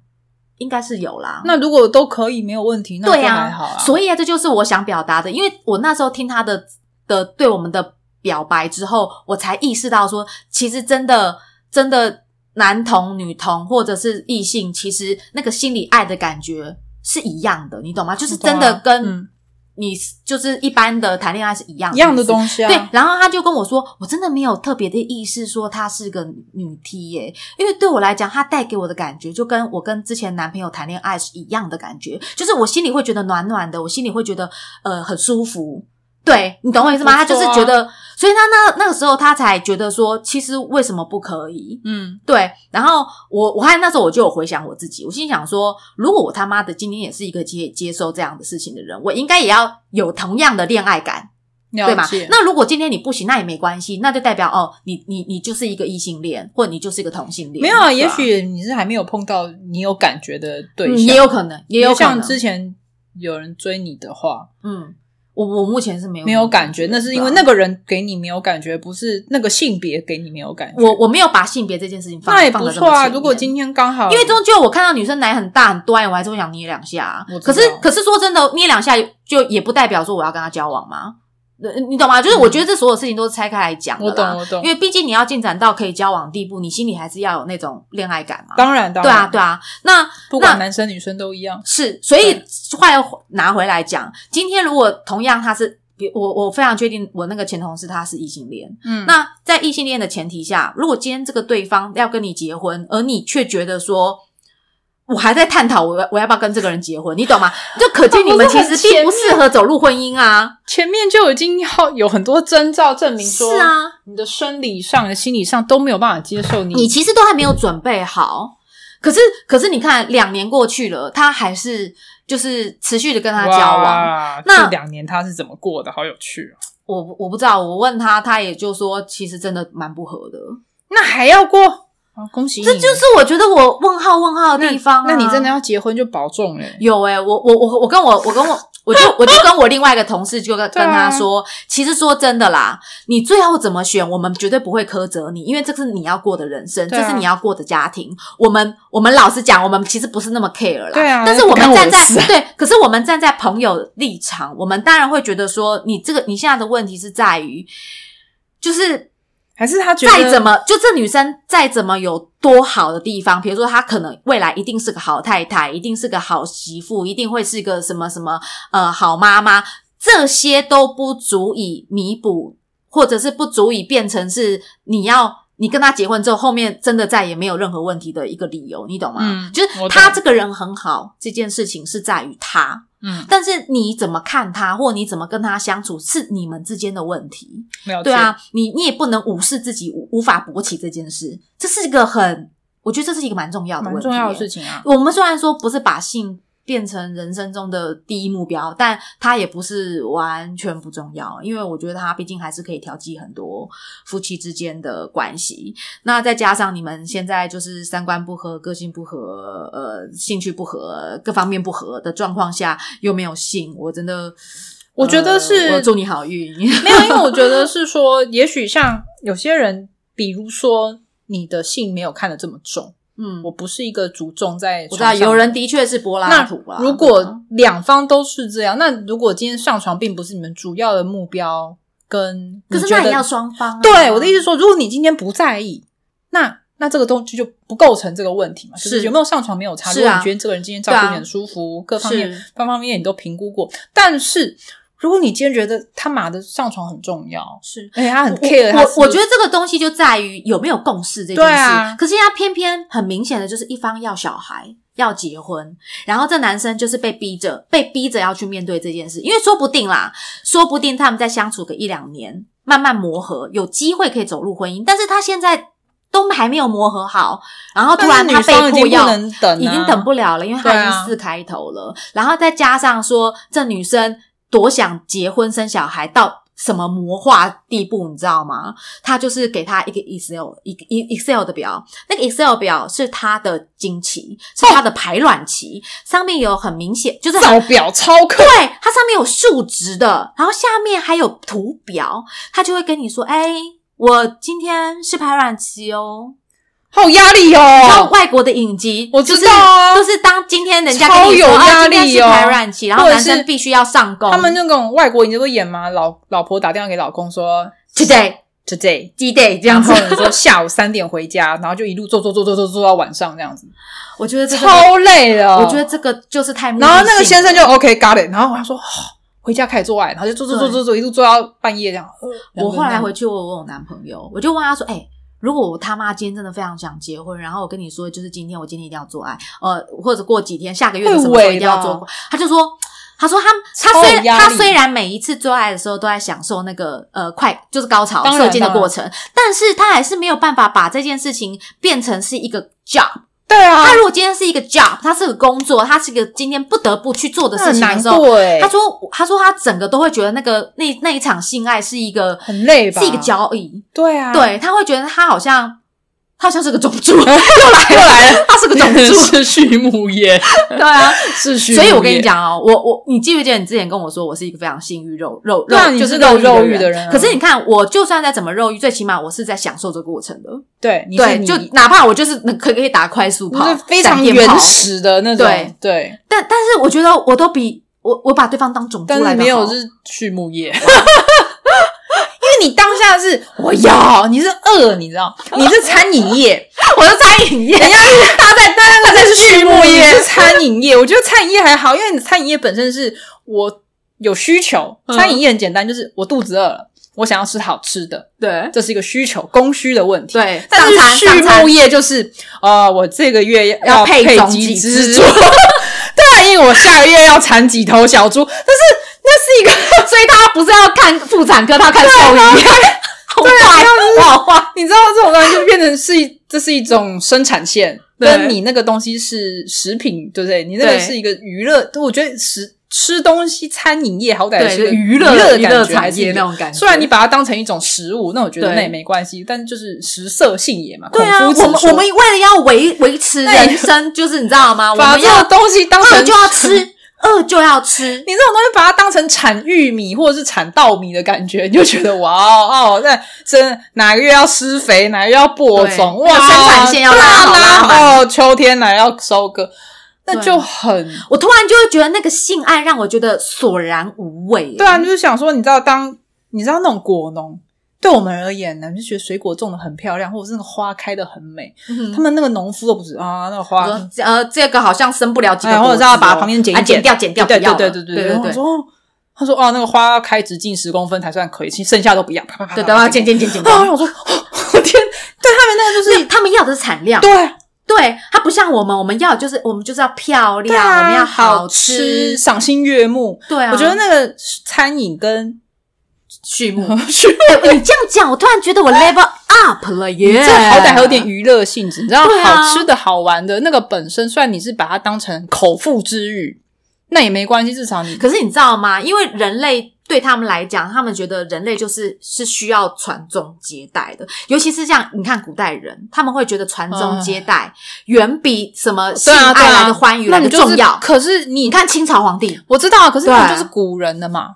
S1: 应该是有啦，
S2: 那如果都可以没有问题，那
S1: 对
S2: 就
S1: 啊，
S2: 还好啊。
S1: 所以啊，这就是我想表达的，因为我那时候听他的的对我们的表白之后，我才意识到说，其实真的真的男同女同或者是异性，其实那个心里爱的感觉是一样的，你懂吗？就是真的
S2: 我懂啊
S1: 跟
S2: 嗯
S1: 你就是一般的谈恋爱是一样
S2: 一样的
S1: 西。
S2: 东西啊，
S1: 对，然后他就跟我说，我真的没有特别的意识说她是个女 T 耶、因为对我来讲，她带给我的感觉就跟我跟之前男朋友谈恋爱是一样的感觉，就是我心里会觉得暖暖的，我心里会觉得呃很舒服。对你懂我意思吗？他
S2: 不错啊
S1: 就是觉得，所以他那那个时候他才觉得说，其实为什么不可以？
S2: 嗯，
S1: 对，然后我我看那时候我就有回想我自己，我心想说，如果我他妈的今天也是一个接接受这样的事情的人，我应该也要有同样的恋爱感。对
S2: 了
S1: 嘛
S2: 解？。
S1: 那如果今天你不行，那也没关系，那就代表哦，你你你就是一个异性恋，或者你就是一个同性恋。
S2: 没有啊，
S1: 对
S2: 也
S1: 吧
S2: 许你是还没有碰到你有感觉的对
S1: 嗯
S2: 象，
S1: 也有可能，也有
S2: 就
S1: 可能
S2: 像。之前有人追你的话，
S1: 嗯，我我目前是没有
S2: 没有感觉，那是因为
S1: 对
S2: 那个人给你没有感觉，不是那个性别给你没有感觉。
S1: 我我没有把性别这件事情放
S2: 那也
S1: 放
S2: 不
S1: 得这
S2: 错
S1: 么
S2: 啊。
S1: 前
S2: 如果
S1: 面
S2: 今天刚好，
S1: 因为终究我看到女生奶很大很端，我还是会想捏两下啊
S2: 我。知
S1: 可
S2: 道
S1: 是可是说真的，捏两下就也不代表说我要跟她交往嘛，呃你懂吗？就是我觉得这所有事情都是拆开来讲的
S2: 嗯我懂
S1: 啦
S2: 我懂
S1: 啊因为毕竟你要进展到可以交往的地步，你心里还是要有那种恋爱感嘛。
S2: 当然当
S1: 对啊，
S2: 然，
S1: 对啊，那
S2: 不管男生女生都一样。
S1: 是，所以话又拿回来讲，今天如果同样他是，比我我非常确定我那个前同事他是异性恋，
S2: 嗯，
S1: 那在异性恋的前提下，如果今天这个对方要跟你结婚，而你却觉得说。我还在探讨我要我要不要跟这个人结婚，你 懂吗？就可见你们其实并不适合走入婚姻啊。
S2: 前面就已经要有很多征兆证明
S1: 是
S2: 说，
S1: 啊，
S2: 你的生理上、你的心理上都没有办法接受你。
S1: 你其实都还没有准备好。可是可是你看，两年过去了，他还是就是持续的跟他交往，
S2: 哇
S1: 那
S2: 这两年他是怎么过的？好有趣、啊！
S1: 我不我不知道，我问他，他也就说其实真的蛮不合的。
S2: 那还要过？
S1: 哦
S2: 啊、恭喜你！
S1: 这就是我觉得我问号问号的地方、啊
S2: 那。你真的要结婚就保重嘞、
S1: 有诶、我我我我跟我我跟我。我就我就跟我另外一个同事就跟
S2: 对
S1: 跟他
S2: 啊
S1: 说，其实说真的啦，你最后怎么选，我们绝对不会苛责你，因为这是你要过的人生，
S2: 对啊
S1: 这是你要过的家庭。我们我们老实讲，我们其实不是那么 care 啦。
S2: 对啊
S1: 但是我
S2: 不干
S1: 们
S2: 我
S1: 站
S2: 的
S1: 在
S2: 事啊
S1: 对，可是我们站在朋友立场，我们当然会觉得说，你这个你现在的问题是在于，就是
S2: 还是他觉得
S1: 再怎么，就这女生再怎么有多好的地方，比如说她可能未来一定是个好太太，一定是个好媳妇，一定会是个什么什么呃好妈妈，这些都不足以弥补，或者是不足以变成是你要你跟她结婚之后，后面真的再也没有任何问题的一个理由，你懂吗？
S2: 嗯
S1: 就是
S2: 我
S1: 她
S2: 懂
S1: 这个人很好，这件事情是在于她，
S2: 嗯
S1: 但是你怎么看她，或你怎么跟她相处，是你们之间的问题。
S2: 没有
S1: 对啊，你你也不能无视自己无无法勃起这件事，这是一个很，我觉得这是一个蛮重要的问
S2: 蛮
S1: 题。
S2: 重要的事。情啊。
S1: 我们虽然说不是把性变成人生中的第一目标，但它也不是完全不重要，因为我觉得它毕竟还是可以调剂很多夫妻之间的关系。那再加上你们现在就是三观不合、个性不合、呃兴趣不合、各方面不合的状况下，又没有性，我真的。
S2: 我觉得
S1: 呃
S2: 是
S1: 我祝你好运。
S2: 没有，因为我觉得是说，也许像有些人，比如说你的性没有看得这么重，
S1: 嗯，
S2: 我不是一个注重在
S1: 我知道
S2: 床上
S1: 有人的确是柏拉
S2: 那
S1: 图啦。
S2: 如
S1: 对啊
S2: 果两方都是这样，那如果今天上床并不是你们主要的目标，跟
S1: 可
S2: 你
S1: 是
S2: 觉
S1: 那
S2: 得
S1: 也要双方、啊。
S2: 对我的意思是说，如果你今天不在意，那那这个东西就不构成这个问题嘛？就是有没有上床没有差。
S1: 是
S2: 如果
S1: 啊
S2: 你觉得这个人今天照
S1: 对
S2: 顾
S1: 啊
S2: 你很舒服，各方面
S1: 是
S2: 方方面面你都评估过，但是如果你今天觉得他妈的上床很重要，
S1: 是。
S2: 而且他很
S1: 我
S2: care，他是
S1: 我我觉得这个东西就在于有没有共识这件事。
S2: 对啊
S1: 可是他偏偏很明显的就是一方要小孩要结婚，然后这男生就是被逼着被逼着要去面对这件事，因为说不定啦，说不定他们再相处个一两年，慢慢磨合，有机会可以走入婚姻。但是他现在都还没有磨合好，然后突
S2: 但
S1: 然
S2: 是
S1: 他
S2: 女
S1: 被
S2: 生已
S1: 迫
S2: 经
S1: 要
S2: 不能等、啊
S1: 已经啊等不。了了，因为他
S2: 对
S1: 已
S2: 啊
S1: 经四开头了，然后再加上说这女生多想结婚生小孩，到什么魔化地步，你知道吗？他就是给他一个 Excel 一个一 Excel 的表，那个 Excel 表是他的经期，是他的排卵期，上面有很明显，就是很
S2: 造表超客
S1: 对，，它上面有数值的，然后下面还有图表，它就会跟你说，哎、我今天是排卵期哦。
S2: 好有压力
S1: 然后
S2: 哦。
S1: 外国的影集，
S2: 我
S1: 就
S2: 知
S1: 是
S2: 道啊
S1: 就是当今天人家跟你说
S2: 超有
S1: 啊
S2: 压
S1: 今天
S2: 力
S1: 是
S2: 哦
S1: 排卵期，然后
S2: 或者
S1: 男生
S2: 是
S1: 必须要上工。
S2: 他们那种外国影集都演嘛，老老婆打电话给老公说
S1: today
S2: today，
S1: D day 这
S2: 然
S1: 样子
S2: 后，你说下午三点回家，然后就一路做做做做做做到晚上这样子，
S1: 我觉得这个，
S2: 超累的。
S1: 我觉得这个就是太目的
S2: 然
S1: 性
S2: 后那个先生就 OK got it，然后他说、哦回家开始做爱，然后就做做做做做，一路做到半夜这样。
S1: 我后来回去，我问我男朋友，我就问他说：“哎、如果我他妈今天真的非常想结婚，然后我跟你说，就是今天我今天一定要做爱，呃，或者过几天下个月的什么时候一定要做
S2: 会萎
S1: 过。”他就说。他说他：“他
S2: 超有
S1: 虽
S2: 压力
S1: 他虽然每一次做爱的时候都在享受那个呃快就是高潮
S2: 当然
S1: 射精的过程，但是他还是没有办法把这件事情变成是一个 job。
S2: 对啊，
S1: 他如果今天是一个 job，他是个工作，他是一个今天不得不去做的
S2: 那
S1: 事
S2: 很
S1: 情的
S2: 难
S1: 时候，
S2: 过哎、
S1: 他说他说他整个都会觉得那个那那一场性爱是一个
S2: 很累吧
S1: 是一个交易，
S2: 对啊，
S1: 对他会觉得他好像他好像是个种 族，
S2: 又来又来了，
S1: 他是个种 族，
S2: 是畜牧业，
S1: 对啊。
S2: 是畜牧业。
S1: 所以我跟你，讲哦，我我你记不记得你之前跟我说我是一个非常性欲肉肉
S2: 对啊
S1: 肉
S2: 你
S1: 就是
S2: 是个
S1: 肉
S2: 肉欲的人啊
S1: 可是你看，我就算再怎么肉欲，最起码我是在享受这个过程的。
S2: 对，你是
S1: 对，
S2: 你
S1: 就哪怕我就是能可可以打快速
S2: 你
S1: 炮
S2: 是，非常
S1: 闪电炮
S2: 原，始的那种，
S1: 对
S2: 对，
S1: 但但是我觉得我都比我我把对方当种
S2: 但
S1: 族来
S2: 是
S1: 的
S2: 没有
S1: 好
S2: 是畜牧 业，因为你当下是我要，你是饿，你知 道，你是餐饮业。
S1: 我是餐饮业，
S2: 人家是他在，但他在是畜
S1: 牧业
S2: 是餐饮业。我觉得餐饮业还好，因为你餐饮业本身是我有需求，
S1: 嗯
S2: 餐饮业很简单，就是我肚子饿了，我想要吃好吃的，
S1: 对
S2: 这是一个需求供需的问题。，
S1: 对，
S2: 但
S1: 上餐
S2: 是畜
S1: 上餐
S2: 牧业就是呃，我这个月
S1: 要
S2: 要
S1: 配
S2: 配
S1: 种
S2: 几
S1: 几
S2: 只
S1: 只
S2: 猪，对啊，因为我下个月要产几头小猪，但是那是一个。
S1: 所以他不是要看妇产科，他要看兽医。好坏，我好坏。
S2: 你知道这种东西就变成是一，这是一种生产线，
S1: 对
S2: 跟你那个东西是食品，对不对？你那个
S1: 对
S2: 是一个娱乐，我觉得食吃东西餐饮业好歹
S1: 对，
S2: 是个
S1: 娱
S2: 乐
S1: 乐
S2: 的感
S1: 乐
S2: 觉，还
S1: 产
S2: 是
S1: 业
S2: 有
S1: 那。种感觉。
S2: 虽然你把它当成一种食物，那我觉得
S1: 对
S2: 那也没关系，但就是食色性也嘛。
S1: 对啊，
S2: 孔
S1: 我
S2: 夫子
S1: 们
S2: 说
S1: 我们为了要维维持
S2: 那你
S1: 人生，就是你知道吗？我
S2: 把
S1: 们
S2: 这
S1: 要
S2: 个东西当
S1: 饿
S2: 成
S1: 就要吃，饿就要吃。
S2: 你这种东西把它当成产玉米或者是产稻米的感觉，你就觉得哇哦，哦那真哪个月要施肥，哪个月要播种，
S1: 对那
S2: 哇，
S1: 个生产线要拉好
S2: 对啊
S1: 拉满
S2: 哦，秋天哪个要收割，那就很
S1: 我突然就会觉得那个性爱让我觉得索然无味。
S2: 对啊，就是想说，你知道当你知道那种果农。对我们而言呢，就觉得水果种的很漂亮，或者是那个花开的很美。
S1: 嗯
S2: 他们那个农夫都不是啊，那个
S1: 我
S2: 花
S1: 说呃，这个好像生不了几个
S2: 哎
S1: 果子哦，
S2: 或者是要把旁边剪一
S1: 啊剪
S2: 剪
S1: 掉，剪掉，
S2: 对
S1: 不要
S2: 对
S1: 了
S2: 对
S1: 对
S2: 对
S1: 对
S2: 对然后我说哦他说哦，那个花要开直径十公分才算可以，其实剩下都不要，啪啪啪啪
S1: 对，
S2: 啪
S1: 对要
S2: 啪
S1: 剪剪剪剪
S2: 啊！
S1: 掉。
S2: 我说，哦我天，对他们那个就
S1: 就是
S2: 是
S1: 他们要的是产量，
S2: 对
S1: 对，它不像我们，我们要的就是我们就是要漂
S2: 对
S1: 亮，
S2: 啊，
S1: 我们要
S2: 好
S1: 吃。
S2: 赏心悦目。
S1: 对啊，
S2: 我觉得那个餐饮跟
S1: 畜 牧，
S2: 是，
S1: 哎你这样讲，我突然觉得我 level up 了耶！
S2: 这好歹还有点娱乐性质，你知道，
S1: 对啊
S2: 好吃的好玩的那个本身，虽然你是把它当成口腹之欲，那也没关系，至少你
S1: 可是你知道吗？因为人类对他们来讲，他们觉得人类就是是需要传宗接代的，尤其是像你看古代人，他们会觉得传宗接代远比什么性
S2: 对啊对
S1: 爱来
S2: 啊
S1: 的欢愉
S2: 那
S1: 来
S2: 你
S1: 的
S2: 就是
S1: 重要。
S2: 可是你
S1: 你看清朝皇帝，
S2: 我知道啊，可是
S1: 对
S2: 那就是古人的嘛，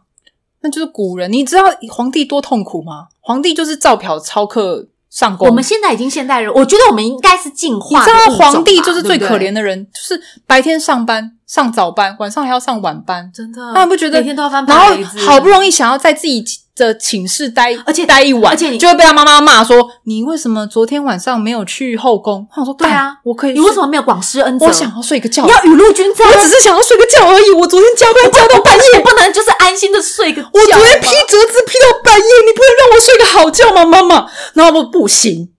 S2: 那就是古人。你知道皇帝多痛苦吗？皇帝就是照嫖超客上
S1: 我
S2: 宫
S1: 们，现在已经现代人，我觉得我们应该是进
S2: 你
S1: 化
S2: 知
S1: 的
S2: 道
S1: 物种吧。
S2: 皇帝就是最
S1: 对不
S2: 可
S1: 对
S2: 怜的人，就是白天上班上早班，晚上还要上晚班，
S1: 真的，
S2: 那你不觉得
S1: 每天都要翻
S2: 然
S1: 白
S2: 后
S1: 眼子
S2: 好不容易想要在自己的寝室待，
S1: 而且
S2: 待一晚，
S1: 而且你
S2: 就会被他妈妈骂说：“你为什么昨天晚上没有去后宫？”我想说：“
S1: 对啊
S2: 干哎我可以，
S1: 你为什么？没有广施恩泽？
S2: 我想要睡个觉，
S1: 你要雨露均沾
S2: 我
S1: 啊，
S2: 只是想要睡个觉而已。我昨天加班加到
S1: 但
S2: 半夜
S1: 是你不能就是安心的睡个觉。 嗯
S2: 我昨天批折子批到半夜，你不能让我睡个好觉吗，妈妈？然后我不行，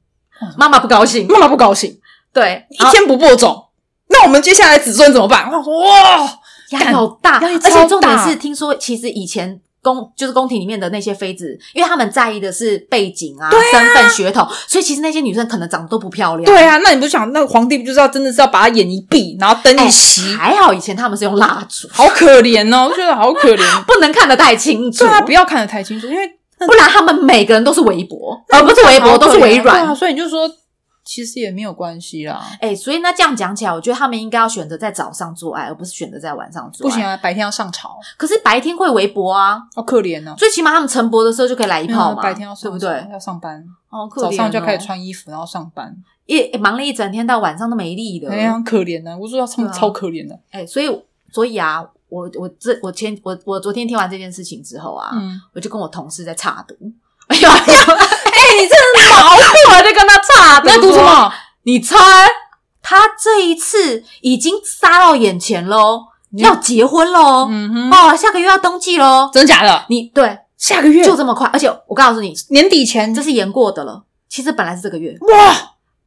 S1: 妈妈不高兴，
S2: 妈妈不高兴，
S1: 对，
S2: 一天不播种，那我们接下来子孙怎么办？我说哇，
S1: 压力好大，
S2: 压力
S1: 而
S2: 超
S1: 且重点
S2: 大
S1: 是，听说其实以前。宫就是宫廷里面的那些妃子，因为他们在意的是背景啊、身份、血统，所以其实那些女生可能长得都不漂亮。
S2: 对啊，那你不想，那皇帝不就是要真的是要把他眼一闭，然后灯
S1: 哎，
S2: 一熄，
S1: 还好以前他们是用蜡烛，
S2: 好可怜哦，我觉得好可怜。
S1: 啊不能看得太清楚。
S2: 对啊，不要看得太清楚，因为
S1: 不然他们每个人都是微博，而不是微博都是微
S2: 对啊
S1: 软。
S2: 所以你就说其实也没有关系啦。
S1: 哎、所以那这样讲起来，我觉得他们应该要选择在早上做爱，而不是选择在晚上做
S2: 不
S1: 爱。
S2: 行啊，白天要上朝，
S1: 可是白天会微博啊，
S2: 好可怜哦。
S1: 最起码他们晨勃的时候就可以来一
S2: 没有
S1: 炮
S2: 啊
S1: 嘛，
S2: 白天要上
S1: 对不
S2: 朝
S1: 对？
S2: 要上班，
S1: 哦，可怜哦
S2: 早上就要开始，穿衣服，然后上班，
S1: 一、一忙了一整天到晚上都没力的。
S2: 哎呀，很可怜呢。我说要
S1: 对
S2: 超
S1: 啊
S2: 超可怜的。
S1: 哎，所以所以啊，我我这我前我我昨天听完这件事情之后啊，
S2: 嗯，
S1: 我就跟我同事在插 读。哎 呦，哎呦
S2: 你这
S1: 好酷啊！就跟他插
S2: 在读什么？
S1: 你猜，他这一次已经杀到眼前喽，
S2: 嗯
S1: 要结婚喽，
S2: 嗯哼，
S1: 哦，下个月要登记喽。
S2: 真假的？
S1: 你对，
S2: 下个月
S1: 就这么快，而且我告诉你，
S2: 年底前
S1: 这是延过的了。其实本来是这个月，
S2: 哇，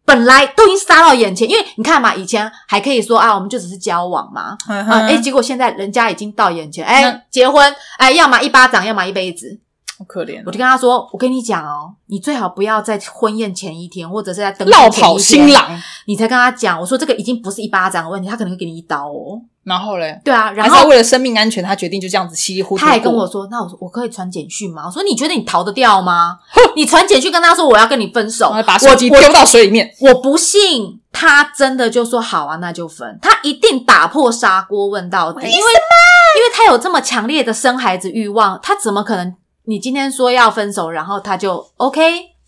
S1: 本来都已经杀到眼前，因为你看嘛，以前还可以说啊，我们就只是交往嘛，啊，哎、
S2: 哎，
S1: 结果现在人家已经到眼前，哎、
S2: 那
S1: 结婚，哎、要么一巴掌，要么一辈子。
S2: 好可怜
S1: 我就跟他说，我跟你讲哦，你最好不要在婚宴前一天，或者是在登记
S2: 落
S1: 前一
S2: 跑
S1: 天
S2: 新，郎，
S1: 你才跟他讲，我说这个已经不是一巴掌的问题，他可能会给你一刀哦。
S2: 然后嘞，
S1: 对啊，然
S2: 还是
S1: 后
S2: 他为了生命安全，他决定就这样子稀里糊涂。
S1: 他还跟我，说，那我说我可以传简讯吗？我说你觉得你逃得掉吗？你传简讯跟他说我要跟你分手
S2: 然后，把
S1: 我
S2: 手机丢到水里面。
S1: 我不信他真的就说好啊，那就分。他一定打破砂锅问到底，
S2: 为
S1: 因为因为他有这么强烈的生孩子欲望，他怎么可能？你今天说要分手，然后他就 OK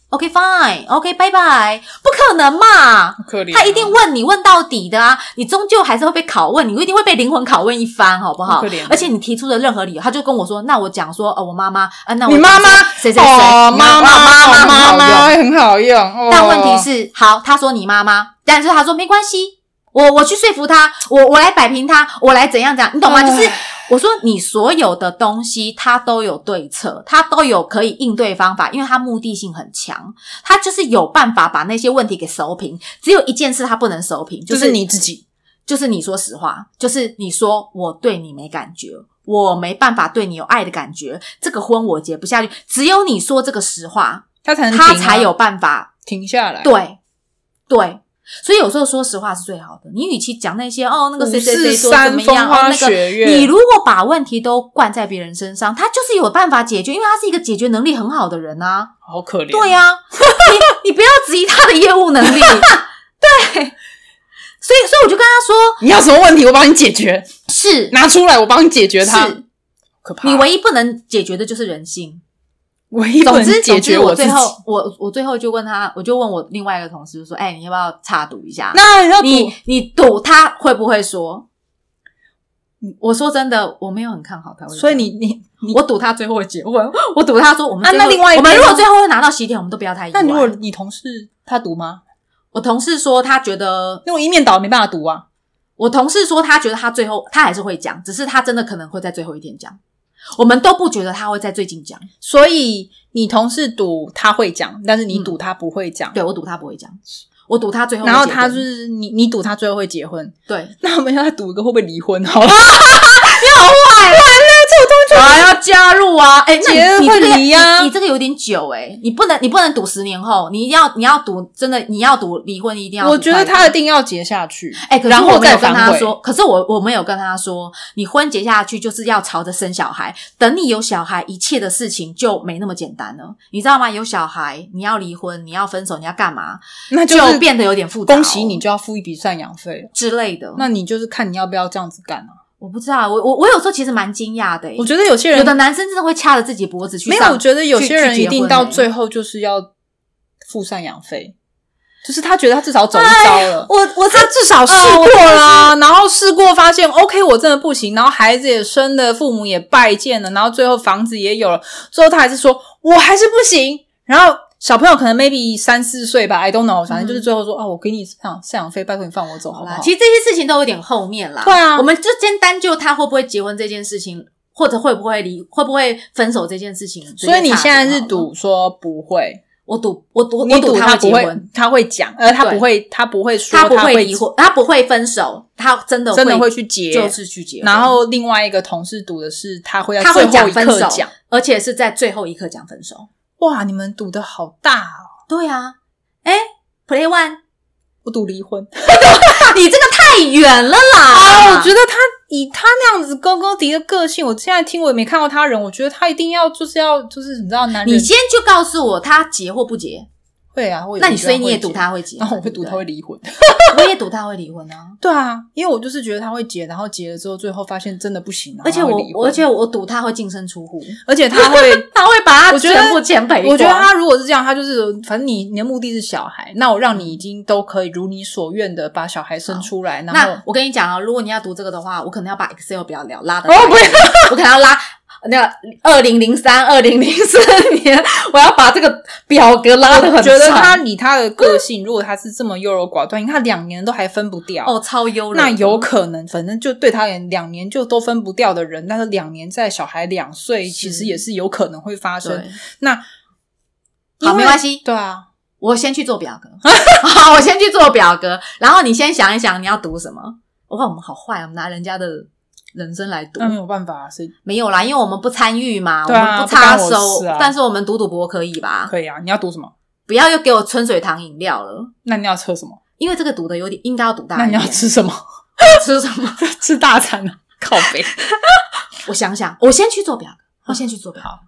S1: OK fine OK 拜拜，不可能嘛？
S2: 好可怜啊，
S1: 他一定问你问到底的啊！你终究还是会被拷问，你一定会被灵魂拷问一番，好不好
S2: 好可怜啊？
S1: 而且你提出的任何理由，他就跟我说：“那我讲说，哦，我妈妈啊，那我
S2: 你妈妈
S1: 谁谁谁，
S2: 哦，
S1: 你妈
S2: 妈妈
S1: 妈
S2: 妈妈很好用，哦
S1: 但问题是，好，他说你妈妈，但是他说没关系，我我去说服他，我我来摆平他，我来怎样怎样，你懂吗？
S2: 唉
S1: 就是我说你所有的东西，他都有对策，他都有可以应对方法，因为他目的性很强，他就是有办法把那些问题给收平。只有一件事他不能收平，
S2: 就
S1: 就是
S2: 你自己，
S1: 就是你说实话，就是你说我对你没感觉，我没办法对你有爱的感觉，这个婚我结不下去。只有你说这个实话，
S2: 他才能
S1: 他
S2: 停啊
S1: 才有办法
S2: 停下来。
S1: 对，对。所以有时候说实话是最好的。你与其讲那些哦，那个
S2: 五
S1: 谁谁谁说
S2: 四
S1: 怎
S2: 三
S1: 么
S2: 风
S1: 样，哦
S2: 花
S1: 那个，
S2: 雪月，
S1: 你如果把问题都灌在别人身上，他就是有办法解决，因为他是一个解决能力很好的人啊。
S2: 好可怜，
S1: 对呀、 你你不要质疑他的业务能 力。对，所以所以我就跟他说，
S2: 你要什么问题我帮你解决，
S1: 是
S2: 拿出来我帮你解决它。
S1: 是，
S2: 可怕，
S1: 你唯一不能解决的就是人性。
S2: 唯一不
S1: 总
S2: 能
S1: 之，
S2: 解
S1: 总
S2: 决
S1: 之，我
S2: 自
S1: 最
S2: 己。
S1: 后我我最后就问他，我就问我另外一个同事就说：“哎、你要不要插赌一下？
S2: 那 要
S1: 你
S2: 赌
S1: 你赌他会不会说？”嗯我说真的，我没有很看好他会。
S2: 所以你你你，
S1: 我赌他最后会结婚，我赌他说我们
S2: 啊
S1: 最后
S2: 那另外一
S1: 我们
S2: 边
S1: 如果
S2: 呢
S1: 最后会拿到喜帖，我们都不要太意外。
S2: 那如果你同事他读吗？
S1: 我同事说他觉得，
S2: 因为我一面倒没办法读啊。
S1: 我同事说他觉得他最后他还是会讲，只是他真的可能会在最后一天讲。我们都不觉得他会在最近讲，
S2: 所以你同事赌他会讲，但是你赌他不会讲。
S1: 嗯对我赌他不会讲，我赌他最后会
S2: 然后
S1: 结
S2: 他
S1: 婚
S2: 就是你，你赌他最后会结婚。
S1: 对
S2: 那我们要赌一个会不会离婚好了？
S1: 还要加入啊！哎、那
S2: 结
S1: 你你
S2: 婚
S1: 这个
S2: 离啊
S1: 你你这个有点久哎、你不能你不能赌十年后，你要你要赌真的你要赌离婚一定要赌
S2: 我觉得
S1: 快
S2: 他一定要结 下去，
S1: 哎、可
S2: 然
S1: 是
S2: 后
S1: 我没
S2: 再
S1: 有跟
S2: 反
S1: 他
S2: 悔。
S1: 说，可是我我没有跟他说，你婚结下去就是要朝着生小孩，等你有小孩，一切的事情就没那么简单了，你知道吗？有小孩，你要离婚，你要分手，你要干嘛，
S2: 那
S1: 就是变得有点复杂哦、
S2: 恭喜你，就要付一笔赡养费。
S1: 之类的。
S2: 嗯那你就是看你要不要这样子干啊？
S1: 我不知道，我我我有时候其实蛮惊讶的、欸，
S2: 我觉得有些
S1: 有的
S2: 人
S1: 男生真的会掐着自己脖子去
S2: 没
S1: 上，
S2: 有，我觉得有些人
S1: 去
S2: 一
S1: 去结婚
S2: 定
S1: 欸
S2: 到最后就是要付赡养费，就是他觉得他至少走一遭了。
S1: 我我
S2: 他至少哦试过啦，然后试过发现 OK，我真的不行，然后孩子也生了，父母也拜见了，然后最后房子也有了，最后他还是说我还是不行。然后小朋友可能 maybe 三四岁吧，I don't know，反正就是最后说、哦，我给你赡养赡养费，拜托你放我走
S1: 嗯
S2: 好
S1: 好
S2: 不
S1: 啦
S2: 好？，
S1: 其实这些事情都有点后面啦。
S2: 对啊
S1: 我们就先单就他会不会结婚这件事情，或者会不会离，会不会分手这件事情。
S2: 所以你
S1: 直接
S2: 现
S1: 岔开
S2: 在是
S1: 好了
S2: 赌说不会，
S1: 我赌，我赌，
S2: 你
S1: 我
S2: 赌
S1: 他会
S2: 不
S1: 结
S2: 会
S1: 婚，，
S2: 他会讲，呃，他
S1: 对
S2: 不会，他不会说
S1: 他不
S2: 会
S1: 会离，婚，他不会分手，他真的
S2: 真的会去结。
S1: 就是去结婚，
S2: 然后另外一个同事赌的是他会在
S1: 他
S2: 最
S1: 会
S2: 后一
S1: 讲分
S2: 刻
S1: 手
S2: 讲，，
S1: 而且是在最后一刻讲分手。
S2: 哇，你们赌的好大哦。
S1: 对啊，哎，Play One，
S2: 我赌离婚。
S1: 你这个太远了
S2: 啊，
S1: 啦！
S2: 我觉得他以他那样子勾勾迪的个性，我现在听我也没看过他人，我觉得他一定要就是要就是你知道男人
S1: 你先就告诉我他结或不结，
S2: 会啊，我
S1: 那你所以你也
S2: 赌
S1: 赌， 他会结，
S2: 然后我会
S1: 对不
S2: 赌
S1: 对
S2: 他 会，离婚。
S1: 我也赌他会离婚啊！
S2: 对啊，因为我就是觉得他会结，然后结了之后，最后发现真的不行，
S1: 而且
S2: 然后
S1: 我
S2: 他会离，婚
S1: 而且我赌他会净身出户，
S2: 而且 他会，
S1: 他会把他
S2: 我觉得
S1: 全部钱赔光
S2: 我觉得他如果是这样，他就是反正你你的目的是小孩，那我让你已经都可以如你所愿的把小孩生出来，然后
S1: 那我跟你讲啊，如果你要读这个的话，我可能要把 Excel 表聊拉的，
S2: 哦不要，
S1: 我可能要拉那个二零零三、二零零四年，我要把这个表格拉的
S2: 我
S1: 很
S2: 觉得
S1: 长
S2: 他以他的个性，如果他是这么优柔寡断，你看两年都还分不掉
S1: 哦超优柔，
S2: 那有可能，反正就对他而言，两年就都分不掉的人，但是两年在小孩两岁，
S1: 是
S2: 其实也是有可能会发生
S1: 对。，
S2: 那
S1: 好
S2: 因为
S1: 没关系，
S2: 对啊，
S1: 我先去做 表格，好，我先去做表格，然后你先想一想你要读什么。哇，我们好坏啊，我们拿人家的人生来读，
S2: 那没有办法，啊是
S1: 没有啦，因为我们不参与嘛，
S2: 对啊
S1: 我们
S2: 不
S1: 插
S2: 干我
S1: 手，
S2: 事啊
S1: 但是我们赌赌博可以吧？
S2: 可以啊。你要读什么？
S1: 不要又给我春水堂饮料了，
S2: 那你要喝什么？
S1: 因为这个赌的有点应该要赌大
S2: 那
S1: 一
S2: 你要
S1: 点。
S2: 吃什么？
S1: 吃什么？
S2: 吃大餐啊，靠背。
S1: 我想想，我先去做表格，我先去做表格。
S2: 好，